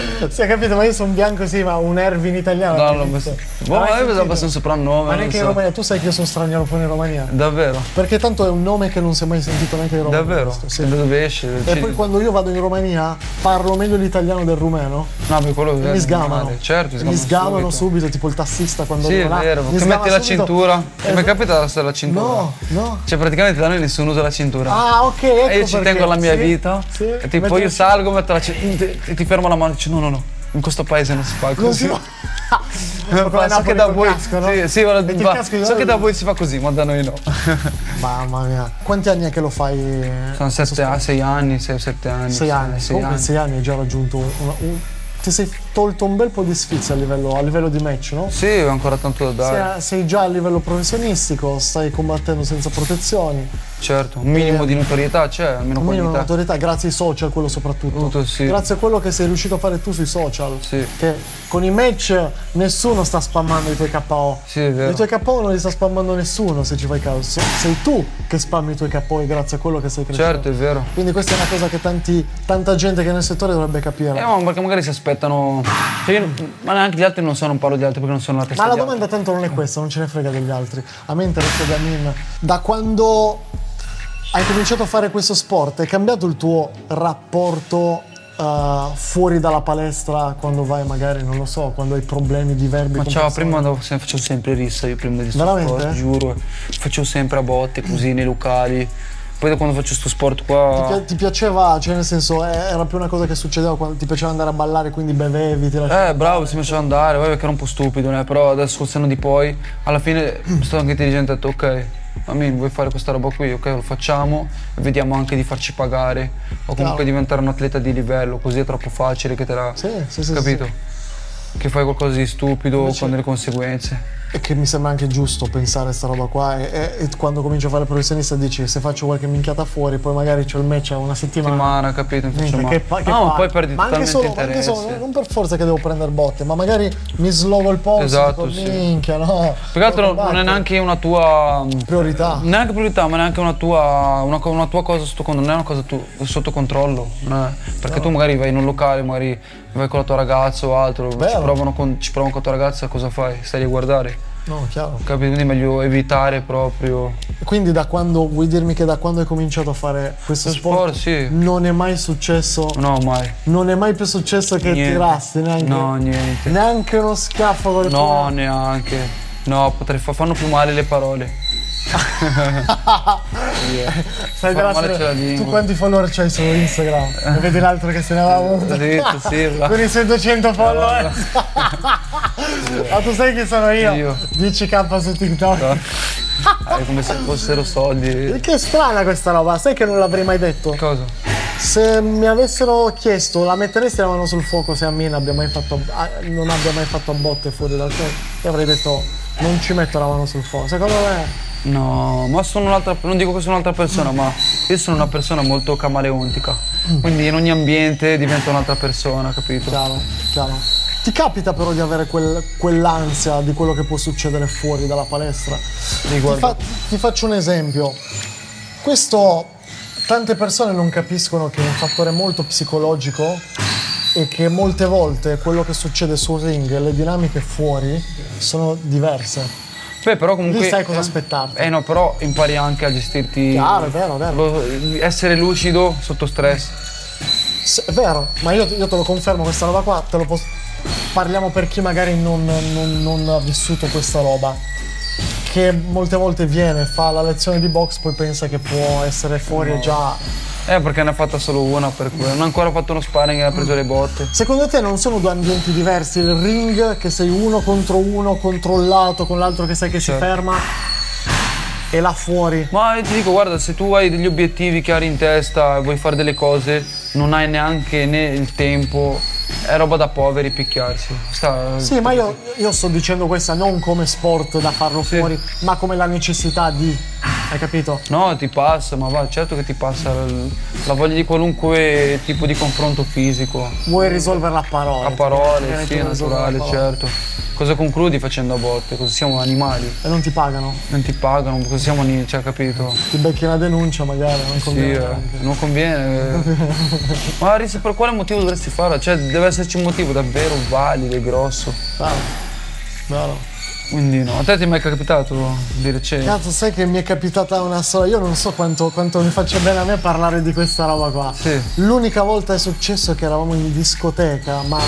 Speaker 2: Si è capito, ma io sono bianco, sì, ma un Ervin italiano.
Speaker 1: No,
Speaker 2: hai
Speaker 1: no, ma
Speaker 2: visto?
Speaker 1: boh, ma
Speaker 2: Non hai
Speaker 1: io pensavo
Speaker 2: sentito?
Speaker 1: fosse un soprannome.
Speaker 2: Ma
Speaker 1: non
Speaker 2: neanche in
Speaker 1: so.
Speaker 2: Romania, tu sai che io sono straniero pure in Romania.
Speaker 1: Davvero,
Speaker 2: Perché tanto è un nome che non si è mai sentito neanche in Romania.
Speaker 1: davvero.
Speaker 2: questo, sì.
Speaker 1: E da dove esce?
Speaker 2: E
Speaker 1: Ci-
Speaker 2: poi quando io vado in Romania parlo meglio l'italiano del rumeno.
Speaker 1: No, per quello
Speaker 2: Mi sgamano.
Speaker 1: Certo, male. Certo,
Speaker 2: mi sgamano subito, tipo il tassista quando
Speaker 1: Sì, è
Speaker 2: arrivo là.
Speaker 1: vero.
Speaker 2: mi
Speaker 1: Che
Speaker 2: sgama
Speaker 1: metti la
Speaker 2: subito.
Speaker 1: cintura.
Speaker 2: Eh,
Speaker 1: Ti mi è capitata la storia della cintura?
Speaker 2: No, no.
Speaker 1: Cioè, praticamente da noi nessuno usa la cintura.
Speaker 2: Ah, ok, ecco
Speaker 1: e io ci
Speaker 2: perché.
Speaker 1: tengo alla mia
Speaker 2: Sì,
Speaker 1: vita.
Speaker 2: sì.
Speaker 1: e tipo
Speaker 2: Metti la
Speaker 1: io
Speaker 2: cintura.
Speaker 1: salgo, metto la cintura. E ti fermo la mano e dici no, no, no. In questo paese non si fa così.
Speaker 2: Così.
Speaker 1: Eh,
Speaker 2: Come a
Speaker 1: ma so
Speaker 2: Napoli
Speaker 1: che da
Speaker 2: col
Speaker 1: voi.
Speaker 2: casco, no?
Speaker 1: Sì, sì, ma-
Speaker 2: Metti il
Speaker 1: ma-
Speaker 2: casco, io-
Speaker 1: so che da voi si fa così, ma da noi no.
Speaker 2: Mamma mia. Quanti anni è che lo fai?
Speaker 1: Sono 6 anni, 6-7 anni.
Speaker 2: Sei anni.
Speaker 1: Sei
Speaker 2: Comunque
Speaker 1: anni.
Speaker 2: in sei anni hai già raggiunto un- un- Ti sei tolto un bel po' di sfizio a livello, a livello di match, no?
Speaker 1: Sì, ho ancora tanto da dare.
Speaker 2: Sei, sei già a livello professionistico, stai combattendo senza protezioni,
Speaker 1: Certo. Un minimo di notorietà c'è, almeno
Speaker 2: un minimo di
Speaker 1: qualità.
Speaker 2: autorità, grazie ai social, quello soprattutto.
Speaker 1: Tutto, sì.
Speaker 2: Grazie a quello che sei riuscito a fare tu sui social.
Speaker 1: Sì.
Speaker 2: Che con i match nessuno sta spammando i tuoi KO.
Speaker 1: Sì, è vero.
Speaker 2: I tuoi KO non li sta spammando nessuno se ci fai caso. Se- Sei tu che spammi i tuoi KO e grazie a quello che sei cresciuto.
Speaker 1: Certo, è vero.
Speaker 2: Quindi questa è una cosa che tanti, tanta gente che è nel settore dovrebbe capire.
Speaker 1: Eh, ma perché magari si aspettano. Cioè, io- ma neanche gli altri non so, non parlo di altri perché non sono la testa.
Speaker 2: Ma la
Speaker 1: di altri.
Speaker 2: domanda tanto non è questa, non ce ne frega degli altri. A me interessa Damin. Da quando hai cominciato a fare questo sport, è cambiato il tuo rapporto eh, fuori dalla palestra quando vai magari, non lo so, quando hai problemi di verbi
Speaker 1: Ma
Speaker 2: con
Speaker 1: ciao,
Speaker 2: persone?
Speaker 1: prima andavo sem- facevo sempre rissa, io prima di sto
Speaker 2: Veramente?
Speaker 1: sport, giuro. Facevo sempre a botte così nei locali. Poi da quando faccio sto sport qua.
Speaker 2: Ti- Ti piaceva, cioè nel senso, eh, era più una cosa che succedeva quando ti piaceva andare a ballare, quindi bevevi, ti lasciavi.
Speaker 1: Eh, bravo, si lasciava andare, vabbè che era un po' stupido, eh, però adesso col senno di poi, alla fine sono anche intelligente ho detto ok, Amin, vuoi fare questa roba qui, ok, lo facciamo, e vediamo anche di farci pagare, o comunque diventare un atleta di livello, così è troppo facile che te la...
Speaker 2: Sì, sì, sì, sì,
Speaker 1: capito? Che fai qualcosa di stupido
Speaker 2: Invece-
Speaker 1: con delle conseguenze.
Speaker 2: E che mi sembra anche giusto pensare a sta roba qua. E, e- e quando comincio a fare il professionista dici se faccio qualche minchiata fuori, poi magari c'ho il match a una settimana.
Speaker 1: settimana, capito? Mi faccio
Speaker 2: Minchia,
Speaker 1: male.
Speaker 2: che pa- che
Speaker 1: no, ma
Speaker 2: palle.
Speaker 1: poi perdi
Speaker 2: Ma anche
Speaker 1: totalmente
Speaker 2: solo, anche
Speaker 1: interesse.
Speaker 2: solo, non per forza che devo prendere botte, ma magari mi slogo il polso
Speaker 1: Esatto,
Speaker 2: dico,
Speaker 1: sì.
Speaker 2: minchia, no.
Speaker 1: Più che altro
Speaker 2: devo
Speaker 1: non è
Speaker 2: combattere.
Speaker 1: neanche una tua mm,
Speaker 2: priorità.
Speaker 1: neanche priorità, ma neanche una tua, una, co- una tua cosa sotto controllo, non è una cosa tu- sotto controllo. non è- perché tu magari vai in un locale, magari vai con la tua ragazza o altro, ci
Speaker 2: Vero.
Speaker 1: provano, con, ci provano con la tua ragazza, cosa fai? Stai lì a guardare.
Speaker 2: No, chiaro.
Speaker 1: Capito? Quindi è meglio evitare proprio.
Speaker 2: Quindi da quando vuoi dirmi che da quando hai cominciato a fare questo
Speaker 1: Lo sport,
Speaker 2: sport,
Speaker 1: sì.
Speaker 2: non è mai successo
Speaker 1: No, mai.
Speaker 2: non è mai più successo che
Speaker 1: Niente.
Speaker 2: tirassi neanche
Speaker 1: No, niente.
Speaker 2: neanche uno schiaffo col
Speaker 1: No, neanche. No, potrei fa- fanno più male le parole.
Speaker 2: Sai
Speaker 1: fa
Speaker 2: della
Speaker 1: male
Speaker 2: serie-
Speaker 1: c'è la lingua.
Speaker 2: tu quanti follower c'hai su Instagram? E vedi l'altro che se ne
Speaker 1: Eh,
Speaker 2: va avuto
Speaker 1: Zitto, sì, va.
Speaker 2: con i suoi 200 follower. Ma tu sai chi sono io?
Speaker 1: Io.
Speaker 2: 10k su TikTok.
Speaker 1: È come se fossero soldi.
Speaker 2: Che strana questa roba, sai che non l'avrei mai detto?
Speaker 1: Cosa?
Speaker 2: Se mi avessero chiesto, la metteresti la mano sul fuoco se a me abbia mai fatto, a- non abbia mai fatto a botte fuori dal fuoco? Io avrei detto, non ci metto la mano sul fuoco. Secondo me...
Speaker 1: No, ma sono un'altra. Non dico che sono un'altra persona, ma io sono una persona molto camaleontica. Quindi in ogni ambiente divento un'altra persona, capito?
Speaker 2: Chiaro, chiaro. Ti capita però di avere quel- quell'ansia di quello che può succedere fuori dalla palestra? Ti,
Speaker 1: guardo.
Speaker 2: fa- ti faccio un esempio. Questo tante persone non capiscono che è un fattore molto psicologico e che molte volte quello che succede sul ring e le dinamiche fuori sono diverse.
Speaker 1: Beh, però comunque.
Speaker 2: Lì sai cosa
Speaker 1: eh,
Speaker 2: aspettarti.
Speaker 1: Eh no, però impari anche a gestirti.
Speaker 2: Chiaro, è vero, è vero.
Speaker 1: lo- essere lucido sotto stress.
Speaker 2: S- È vero, ma io, io te lo confermo questa roba qua, te lo posso. Parliamo per chi magari non, non- non ha vissuto questa roba. Che molte volte viene, fa la lezione di box, poi pensa che può essere fuori e già.
Speaker 1: Eh, perché ne ha fatta solo una, per cui non ha ancora fatto uno sparring e ha preso le botte.
Speaker 2: Secondo te non sono due ambienti diversi? Il ring che sei uno contro uno, controllato, con l'altro che sai che
Speaker 1: Certo.
Speaker 2: si ferma. E là fuori.
Speaker 1: Ma io ti dico, guarda, se tu hai degli obiettivi chiari in testa e vuoi fare delle cose, non hai neanche né il tempo, è roba da poveri picchiarsi. Sta-
Speaker 2: Sì, ma io, io sto dicendo questa non come sport da farlo fuori, ma come la necessità di. Hai capito?
Speaker 1: No, ti passa, ma va, certo che ti passa l- la voglia di qualunque tipo di confronto fisico,
Speaker 2: Vuoi risolverla a parole.
Speaker 1: a
Speaker 2: Viene
Speaker 1: parole,
Speaker 2: tu
Speaker 1: sì, è
Speaker 2: a risolverla a
Speaker 1: naturale,
Speaker 2: parole.
Speaker 1: certo. Cosa concludi facendo a botte? Cosa siamo animali?
Speaker 2: E non ti pagano,
Speaker 1: Non ti pagano, cosa siamo animali, cioè, capito?
Speaker 2: ti becchi una denuncia magari, non
Speaker 1: Sì,
Speaker 2: conviene.
Speaker 1: eh, non conviene. eh. Ma Rizzi, per quale motivo dovresti farla? Cioè, deve esserci un motivo davvero valido e grosso.
Speaker 2: Bravo. Bravo.
Speaker 1: Quindi no, a te ti è mai capitato di recente?
Speaker 2: Cazzo, sai che mi è capitata una sola. Io non so quanto, quanto mi faccia bene a me parlare di questa roba qua.
Speaker 1: Sì.
Speaker 2: L'unica volta è successo che eravamo in discoteca, ma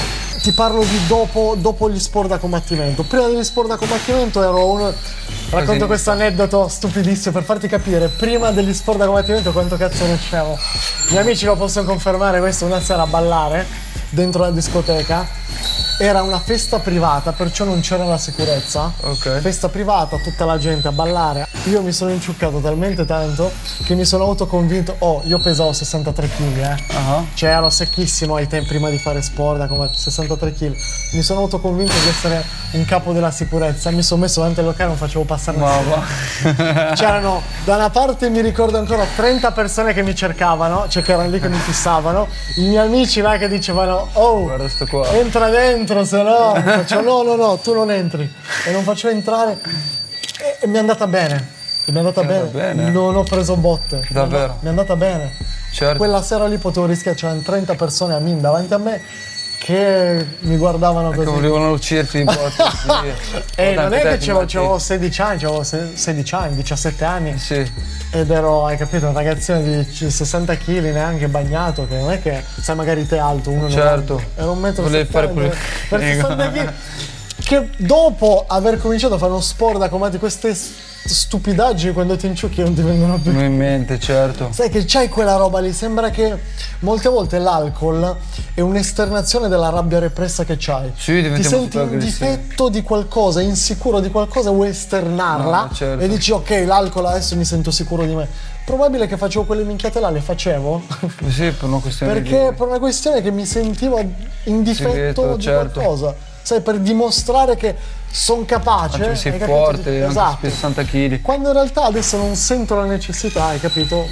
Speaker 2: ti parlo di dopo, dopo gli sport da combattimento. Prima degli sport da combattimento ero uno. Racconto
Speaker 1: Casinista.
Speaker 2: questo aneddoto stupidissimo per farti capire, prima degli sport da combattimento quanto cazzo ne usciamo. I miei amici lo possono confermare, questo una sera a ballare dentro la discoteca. Era una festa privata, perciò non c'era la sicurezza.
Speaker 1: Ok.
Speaker 2: Festa privata, tutta la gente a ballare. Io mi sono inciuccato talmente tanto che mi sono autoconvinto. Oh, io pesavo 63 kg, eh.
Speaker 1: Ah,
Speaker 2: Cioè ero secchissimo ai tempi prima di fare sport, da come 63 kg. Mi sono autoconvinto di essere un capo della sicurezza. Mi sono messo davanti al locale e non facevo passare
Speaker 1: Ma
Speaker 2: nessuno.
Speaker 1: va.
Speaker 2: C'erano, da una parte mi ricordo ancora 30 persone che mi cercavano, cioè che erano lì che mi fissavano. I miei amici là che dicevano, oh,
Speaker 1: Guarda sto qua.
Speaker 2: entra dentro, se no. Faccio, no, no, no, tu non entri. E non faccio entrare. E, e mi è andata bene. E mi è andata bene.
Speaker 1: bene.
Speaker 2: Non ho preso botte.
Speaker 1: Davvero?
Speaker 2: Mi è andata bene.
Speaker 1: Certo.
Speaker 2: Quella sera lì potevo rischiare, c'erano 30 persone a min davanti a me che mi guardavano
Speaker 1: Che
Speaker 2: così.
Speaker 1: volevano ucciderti di botte, sì. Guarda,
Speaker 2: E Eh, non
Speaker 1: Ecco, anche
Speaker 2: è
Speaker 1: te
Speaker 2: che
Speaker 1: ti
Speaker 2: c'avevo,
Speaker 1: immagini.
Speaker 2: c'avevo 16 anni, c'avevo se- 16 anni, 17 anni.
Speaker 1: Sì.
Speaker 2: Ed ero, hai capito, un ragazzino di c- 60 kg neanche bagnato, che non è che sai magari te alto, uno
Speaker 1: Certo.
Speaker 2: Era un metro
Speaker 1: Volevi fare
Speaker 2: 70,
Speaker 1: pure-
Speaker 2: per 60 kg. Che dopo aver cominciato a fare uno sport da comandi queste st- stupidaggini quando ti inciucchi non ti vengono più.
Speaker 1: Non in mente, certo.
Speaker 2: Sai che c'hai quella roba lì, sembra che molte volte l'alcol è un'esternazione della rabbia repressa che c'hai.
Speaker 1: Sì,
Speaker 2: ti
Speaker 1: diventiamo
Speaker 2: senti
Speaker 1: super
Speaker 2: in
Speaker 1: aggressivi.
Speaker 2: difetto di qualcosa, insicuro di qualcosa, vuoi esternarla
Speaker 1: No, certo.
Speaker 2: e dici ok, l'alcol adesso mi sento sicuro di me. Probabile che facevo quelle minchiate là, le facevo
Speaker 1: Sì, per una questione
Speaker 2: perché
Speaker 1: di...
Speaker 2: per una questione che mi sentivo in difetto
Speaker 1: Segreto,
Speaker 2: di
Speaker 1: certo.
Speaker 2: qualcosa. sai, per dimostrare che sono capace.
Speaker 1: Cioè,
Speaker 2: hai
Speaker 1: sei
Speaker 2: capito?
Speaker 1: forte,
Speaker 2: Esatto.
Speaker 1: anche se pesi 60 kg.
Speaker 2: Quando in realtà adesso non sento la necessità, hai capito?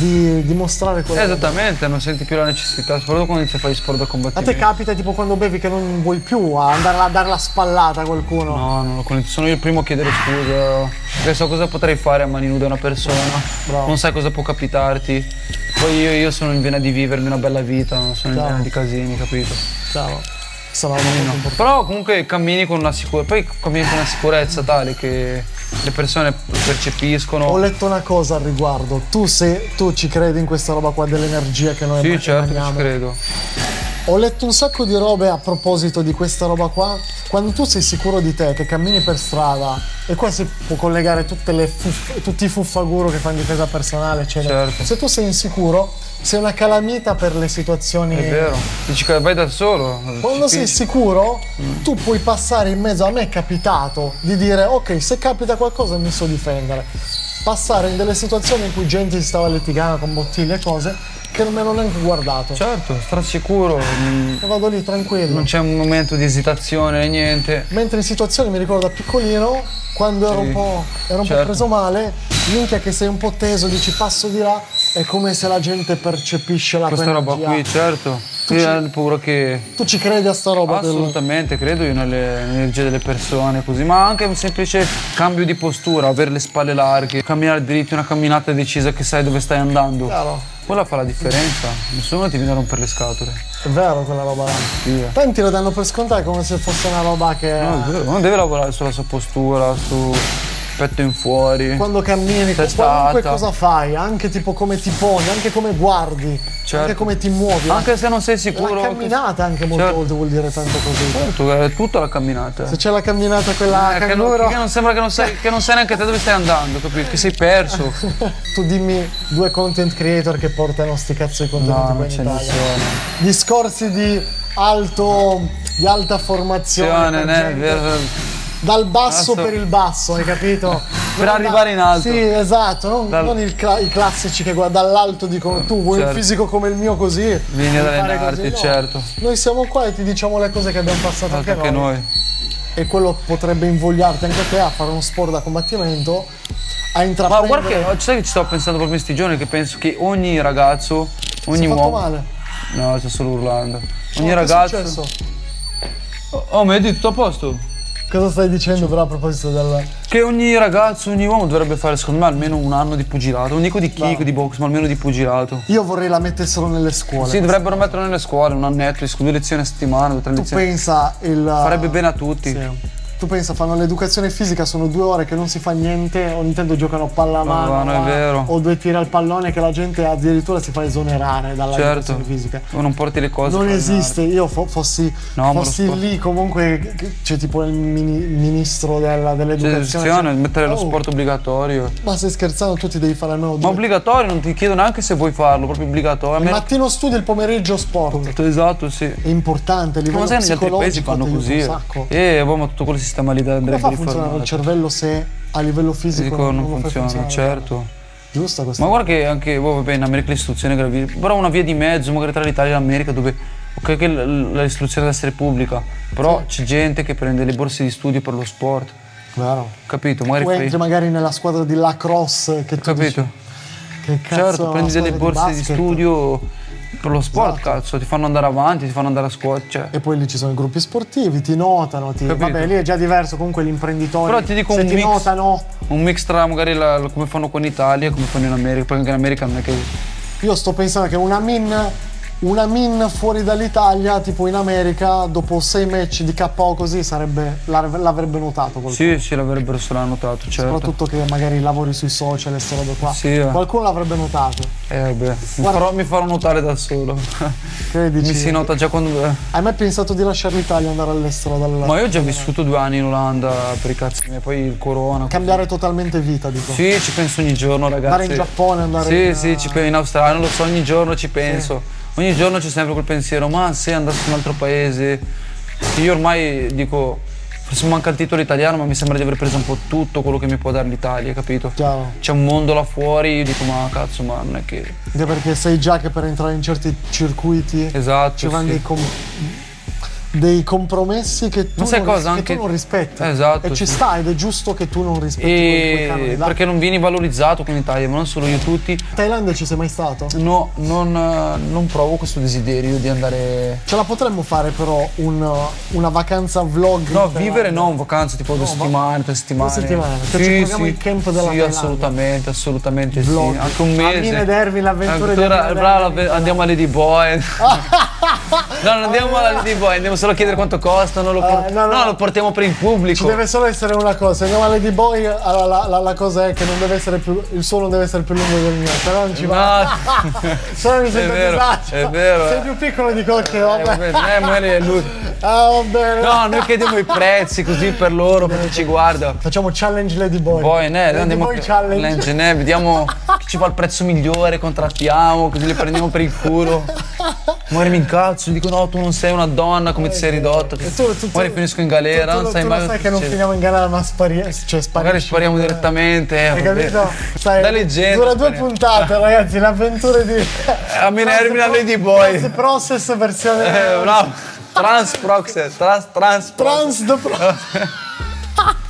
Speaker 2: Di dimostrare quello.
Speaker 1: Esattamente, non senti più la necessità, soprattutto quando inizi a fare sport da
Speaker 2: A te
Speaker 1: combattimento.
Speaker 2: capita tipo quando bevi che non vuoi più a andare a dare la spallata a qualcuno?
Speaker 1: No, non lo conosco. Sono io il primo a chiedere scusa. Perché so cosa potrei fare a mani nude a una persona.
Speaker 2: Bravo.
Speaker 1: Non sai cosa può capitarti. Poi io, io sono in vena di vivermi una bella vita, non sono in
Speaker 2: Chiaro.
Speaker 1: vena di casini, capito?
Speaker 2: Bravo. Sarà una cosa importante.
Speaker 1: Eh, Però comunque cammini con una sicurezza. Poi cammini con una sicurezza tale che le persone
Speaker 2: Ho
Speaker 1: percepiscono.
Speaker 2: letto una cosa al riguardo. Tu se tu ci credi in questa roba qua dell'energia che noi
Speaker 1: Sì,
Speaker 2: emani-
Speaker 1: certo, che ci
Speaker 2: emaniamo.
Speaker 1: credo.
Speaker 2: Ho letto un sacco di robe a proposito di questa roba qua. Quando tu sei sicuro di te, che cammini per strada, e qua si può collegare tutte le fuff- tutti i fuffaguro che fanno difesa personale, eccetera.
Speaker 1: Certo.
Speaker 2: Se tu sei insicuro, sei una calamita per le situazioni.
Speaker 1: È vero. Dici che vai da solo.
Speaker 2: Quando
Speaker 1: ci
Speaker 2: sei
Speaker 1: pensi.
Speaker 2: sicuro,
Speaker 1: Mm.
Speaker 2: tu puoi passare in mezzo. A me è capitato di dire: Ok, se capita qualcosa mi so difendere. Passare in delle situazioni in cui gente si stava litigando con bottiglie e cose che non mi hanno neanche guardato.
Speaker 1: Certo, strasicuro. mm,
Speaker 2: E vado lì tranquillo.
Speaker 1: Non c'è un momento di esitazione, niente.
Speaker 2: Mentre in situazioni mi ricordo da piccolino, quando ero
Speaker 1: Sì,
Speaker 2: un po', ero un po
Speaker 1: certo.
Speaker 2: preso male, minchia che sei un po' teso, dici passo di là, è come se la gente percepisce la
Speaker 1: Questa
Speaker 2: tua
Speaker 1: roba
Speaker 2: energia.
Speaker 1: qui, certo.
Speaker 2: Tu
Speaker 1: Io
Speaker 2: ci-
Speaker 1: ho paura che.
Speaker 2: Tu ci credi a sta roba? Pedro?
Speaker 1: Assolutamente, credo io nelle- nell'energia delle persone così, ma anche un semplice cambio di postura, avere le spalle larghe, camminare dritti, una camminata decisa che sai dove stai andando.
Speaker 2: Chiaro.
Speaker 1: Quella fa la differenza, nessuno ti viene a rompere le scatole.
Speaker 2: È vero quella roba là.
Speaker 1: Via.
Speaker 2: Tanti lo danno per scontato come se fosse una roba che
Speaker 1: No, è vero, Uno deve lavorare sulla sua postura, su petto in fuori.
Speaker 2: quando cammini,
Speaker 1: Testa
Speaker 2: qualunque
Speaker 1: alta.
Speaker 2: cosa fai, anche tipo come ti poni, anche come guardi, anche
Speaker 1: Certo.
Speaker 2: come ti muovi.
Speaker 1: Anche se non sei sicuro.
Speaker 2: la
Speaker 1: che-
Speaker 2: camminata anche molte
Speaker 1: Certo.
Speaker 2: volte vuol dire tanto così.
Speaker 1: Certo, è tutta la camminata.
Speaker 2: Se c'è la camminata quella
Speaker 1: Eh, che, non,
Speaker 2: canguro,
Speaker 1: che non sembra che non, sai, che non sai neanche te dove stai andando, capito? Che sei perso. Cioè,
Speaker 2: tu dimmi due content creator che portano sti cazzo di contenuti
Speaker 1: No,
Speaker 2: qua
Speaker 1: non
Speaker 2: in
Speaker 1: c'è
Speaker 2: Italia.
Speaker 1: nessuno.
Speaker 2: Discorsi di alto di alta formazione
Speaker 1: Attenzione,
Speaker 2: per
Speaker 1: né,
Speaker 2: gente-
Speaker 1: vero.
Speaker 2: dal
Speaker 1: Basso.
Speaker 2: basso per il basso, hai capito?
Speaker 1: Per
Speaker 2: Non
Speaker 1: arrivare in alto.
Speaker 2: Sì, esatto, non,
Speaker 1: Dal-
Speaker 2: non il cla- i classici che guarda dall'alto dicono tu vuoi un
Speaker 1: certo.
Speaker 2: fisico come il mio così.
Speaker 1: eh, Vieni ad
Speaker 2: devi fare
Speaker 1: allenarti,
Speaker 2: così".
Speaker 1: certo.
Speaker 2: Noi siamo qua e ti diciamo le cose che abbiamo passato anche,
Speaker 1: Altro che
Speaker 2: noi.
Speaker 1: noi.
Speaker 2: E quello potrebbe invogliarti anche te a fare uno sport da combattimento, a
Speaker 1: Ma
Speaker 2: intraprendere...
Speaker 1: guarda che sai che ci sto pensando proprio in sti giorni che penso che ogni ragazzo,
Speaker 2: si
Speaker 1: ogni
Speaker 2: è fatto
Speaker 1: uomo.
Speaker 2: male.
Speaker 1: No, sto solo urlando. Ogni
Speaker 2: Oh, che è
Speaker 1: ragazzo.
Speaker 2: successo?
Speaker 1: Oh, mi hai detto tutto a posto?
Speaker 2: Cosa stai dicendo però a proposito del...
Speaker 1: Che ogni ragazzo, ogni uomo dovrebbe fare secondo me almeno un anno di pugilato. Non dico di kick, di box, ma almeno di pugilato.
Speaker 2: Io vorrei la mettessero nelle scuole.
Speaker 1: Sì, dovrebbero metterlo nelle scuole, un annetto, due lezioni a settimana, due tre
Speaker 2: tu
Speaker 1: lezioni.
Speaker 2: pensa il...
Speaker 1: Farebbe bene a tutti.
Speaker 2: Sì. Tu pensa, fanno l'educazione fisica, sono due ore che non si fa niente, ogni tanto giocano a pallamano
Speaker 1: Pallamano, è
Speaker 2: a-
Speaker 1: vero.
Speaker 2: o due tiri al pallone che la gente addirittura si fa esonerare dall'educazione
Speaker 1: Certo.
Speaker 2: fisica.
Speaker 1: O non porti le cose.
Speaker 2: Non
Speaker 1: per allenare.
Speaker 2: esiste, io fo- fossi,
Speaker 1: No, ma lo
Speaker 2: fossi
Speaker 1: sport-
Speaker 2: lì comunque, che- c'è tipo il mini- ministro della-
Speaker 1: C'è
Speaker 2: dell'educazione.
Speaker 1: lezione, Cioè, mettere lo
Speaker 2: Oh,
Speaker 1: sport obbligatorio.
Speaker 2: Ma stai scherzando, tu ti devi fare almeno
Speaker 1: Ma
Speaker 2: due.
Speaker 1: obbligatorio, non ti chiedo neanche se vuoi farlo, proprio obbligatorio.
Speaker 2: Il
Speaker 1: almeno-
Speaker 2: mattino studio, il pomeriggio sport.
Speaker 1: Esatto, sì.
Speaker 2: È importante, a livello
Speaker 1: Ma sai negli altri
Speaker 2: psicologico
Speaker 1: paesi fanno
Speaker 2: ti aiuta
Speaker 1: così? eh.
Speaker 2: un sacco.
Speaker 1: E avevamo tutto quel sistema lì da
Speaker 2: Come fa a
Speaker 1: andare
Speaker 2: funzionare Cioè, il
Speaker 1: riformato.
Speaker 2: cervello se a livello fisico
Speaker 1: Dico, non
Speaker 2: lo fai
Speaker 1: funziona,
Speaker 2: funzionare?
Speaker 1: certo.
Speaker 2: Giusta questa
Speaker 1: Ma guarda che anche, boh, vabbè, in America l'istruzione è gravissima, però una via di mezzo, magari tra l'Italia e l'America, dove, ok che l- l- l'istruzione deve essere pubblica, però c'è gente che prende le borse di studio per lo sport,
Speaker 2: Vero.
Speaker 1: capito? Magari
Speaker 2: Tu
Speaker 1: fai-
Speaker 2: entri magari nella squadra di lacrosse che tu
Speaker 1: capito?
Speaker 2: dici, che cazzo è
Speaker 1: Certo,
Speaker 2: una
Speaker 1: prendi
Speaker 2: squadra
Speaker 1: delle borse di,
Speaker 2: basket?
Speaker 1: studio per lo sport,
Speaker 2: Esatto.
Speaker 1: cazzo, ti fanno andare avanti, ti fanno andare a scuola, cioè...
Speaker 2: E poi lì ci sono i gruppi sportivi, ti notano, ti...
Speaker 1: Capito.
Speaker 2: vabbè lì è già diverso comunque l'imprenditore.
Speaker 1: Però ti dico
Speaker 2: se
Speaker 1: un
Speaker 2: ti
Speaker 1: mix.
Speaker 2: notano,
Speaker 1: Un mix tra magari la- la- come fanno qua in Italia e come fanno in America, perché anche in America non è che...
Speaker 2: io sto pensando che una min, una min fuori dall'Italia, tipo in America, dopo sei match di KO così sarebbe, l'ave- l'avrebbe notato qualcuno.
Speaker 1: Sì, sì, l'avrebbero solo notato, certo.
Speaker 2: Soprattutto che magari lavori sui social e queste robe qua.
Speaker 1: Sì, eh.
Speaker 2: Qualcuno l'avrebbe notato.
Speaker 1: Eh vabbè, mi farò, mi farò notare da solo.
Speaker 2: Credici.
Speaker 1: mi si nota già quando...
Speaker 2: Hai mai pensato di lasciare l'Italia e andare all'estero? Dal...
Speaker 1: Ma io ho già vissuto due anni in Olanda per i cazzi miei, poi il corona.
Speaker 2: Cambiare totalmente vita, dico.
Speaker 1: Sì, ci penso ogni giorno, ragazzi.
Speaker 2: Andare in Giappone, andare
Speaker 1: Sì,
Speaker 2: in-
Speaker 1: sì, ci penso in Australia, non lo so, ogni giorno ci penso. Ogni giorno c'è sempre quel pensiero, ma se andassi in un altro paese. Io ormai dico, forse manca il titolo italiano, ma mi sembra di aver preso un po' tutto quello che mi può dare l'Italia, capito?
Speaker 2: Chiaro.
Speaker 1: C'è un mondo là fuori, io dico, ma cazzo, ma non è che.
Speaker 2: Anche perché sai già che per entrare in certi circuiti
Speaker 1: Esatto.
Speaker 2: ci vanno
Speaker 1: sì.
Speaker 2: dei com- dei compromessi che tu,
Speaker 1: Ma sai
Speaker 2: non,
Speaker 1: cosa?
Speaker 2: che
Speaker 1: Anche-
Speaker 2: tu non rispetti.
Speaker 1: Esatto,
Speaker 2: E ci
Speaker 1: sì.
Speaker 2: sta ed è giusto che tu non rispetti quei- quei canoni
Speaker 1: E
Speaker 2: là.
Speaker 1: perché non vieni valorizzato qui in Italia, ma non solo io tutti.
Speaker 2: In Thailandia ci sei mai stato?
Speaker 1: No, non, eh, non provo questo desiderio di andare.
Speaker 2: Ce la potremmo fare però un- una vacanza vlog. in
Speaker 1: No,
Speaker 2: Thailandia?
Speaker 1: vivere no, in vacanza tipo due
Speaker 2: No, ma-
Speaker 1: settimane, tre settimane.
Speaker 2: settimane, cioè ci proviamo il camp della
Speaker 1: Sì,
Speaker 2: Thailandia.
Speaker 1: assolutamente, assolutamente
Speaker 2: Vlog.
Speaker 1: sì. Anche un mese.
Speaker 2: Amin ed Erwin, l'avventura di
Speaker 1: Ancora-
Speaker 2: Amin ed
Speaker 1: bravo,
Speaker 2: Erwin.
Speaker 1: andiamo a Lady Boy. no, non andiamo alla Lady Boy, andiamo solo a chiedere quanto costano. Lo
Speaker 2: Ah,
Speaker 1: por-
Speaker 2: no,
Speaker 1: no,
Speaker 2: no.
Speaker 1: lo portiamo per il
Speaker 2: Ci
Speaker 1: pubblico.
Speaker 2: deve solo essere una cosa, se andiamo a Lady Boy, allora la, la- la cosa è che non deve essere più, il suo non deve essere più lungo del mio, se no non ci va.
Speaker 1: No,
Speaker 2: Se no mi sento a
Speaker 1: vero,
Speaker 2: disagio.
Speaker 1: è vero,
Speaker 2: Sei
Speaker 1: eh.
Speaker 2: più piccolo di Cocche,
Speaker 1: eh,
Speaker 2: vabbè.
Speaker 1: vabbè, eh, magari è lui.
Speaker 2: Ah, va bene.
Speaker 1: No, noi chiediamo i prezzi così per loro, per chi ci guarda.
Speaker 2: Facciamo challenge Lady Boy.
Speaker 1: Poi ne,
Speaker 2: Lady
Speaker 1: andiamo
Speaker 2: Boy
Speaker 1: a-
Speaker 2: challenge.
Speaker 1: challenge, ne, vediamo chi ci fa il prezzo migliore, contrattiamo, così le prendiamo per il culo. Magari mi incazzo, gli dico no, tu non sei una donna, come ti sei ridotto.
Speaker 2: Esatto. E tu- tu-
Speaker 1: Magari
Speaker 2: tu-
Speaker 1: finisco in galera,
Speaker 2: tu- tu-
Speaker 1: non sai
Speaker 2: tu lo
Speaker 1: mai
Speaker 2: sai
Speaker 1: cosa
Speaker 2: che non
Speaker 1: succede.
Speaker 2: finiamo in galera, ma spari- cioè, sparisci.
Speaker 1: Magari spariamo
Speaker 2: Eh.
Speaker 1: direttamente. eh,
Speaker 2: Hai
Speaker 1: vabbè.
Speaker 2: capito? Sai,
Speaker 1: Da leggenda.
Speaker 2: Dura due
Speaker 1: spariamo.
Speaker 2: puntate, ragazzi, l'avventura di...
Speaker 1: Eh, A me ne Ermina Lady Boy.
Speaker 2: Trans Process versione...
Speaker 1: Eh, bravo. Trans Proxes, trans, trans, Proxes.
Speaker 2: Trans the Process.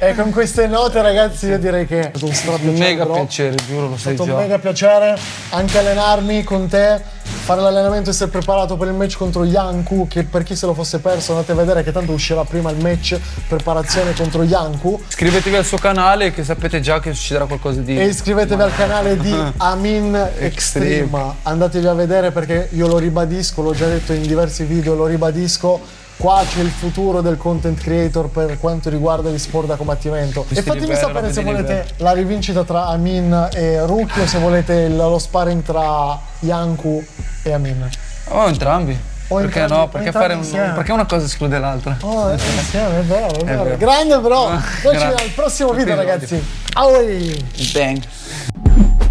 Speaker 2: e con queste note, ragazzi, io direi che è stato un strapiacere,
Speaker 1: Mega
Speaker 2: bro.
Speaker 1: piacere, giuro, lo
Speaker 2: È
Speaker 1: sai
Speaker 2: stato
Speaker 1: già.
Speaker 2: un mega piacere anche allenarmi con te, fare l'allenamento e essere preparato per il match contro Yanku, che per chi se lo fosse perso andate a vedere che tanto uscirà prima il match preparazione contro Yanku.
Speaker 1: Iscrivetevi al suo canale che sapete già che succederà qualcosa di...
Speaker 2: E iscrivetevi al canale di Amin Extreme. Andatevi a vedere perché io lo ribadisco, l'ho già detto in diversi video, lo ribadisco. Qua c'è il futuro del content creator per quanto riguarda gli sport da combattimento. E
Speaker 1: Questi
Speaker 2: fatemi
Speaker 1: livelli,
Speaker 2: sapere
Speaker 1: robe
Speaker 2: se
Speaker 1: di
Speaker 2: volete
Speaker 1: livello.
Speaker 2: la rivincita tra Amin e Rookie o se volete il- lo sparring tra Yanku e Amin.
Speaker 1: O Oh, entrambi.
Speaker 2: O
Speaker 1: perché
Speaker 2: Oh, entrambi- o
Speaker 1: no? Perché, fare
Speaker 2: entrambi
Speaker 1: un-
Speaker 2: insieme.
Speaker 1: perché una cosa esclude l'altra?
Speaker 2: Oh, eh, insieme, è vero, è vero.
Speaker 1: vero.
Speaker 2: Grande bro! Noi ci
Speaker 1: Grazie.
Speaker 2: vediamo al prossimo video
Speaker 1: Episodio.
Speaker 2: ragazzi. Aoi!
Speaker 1: Bang.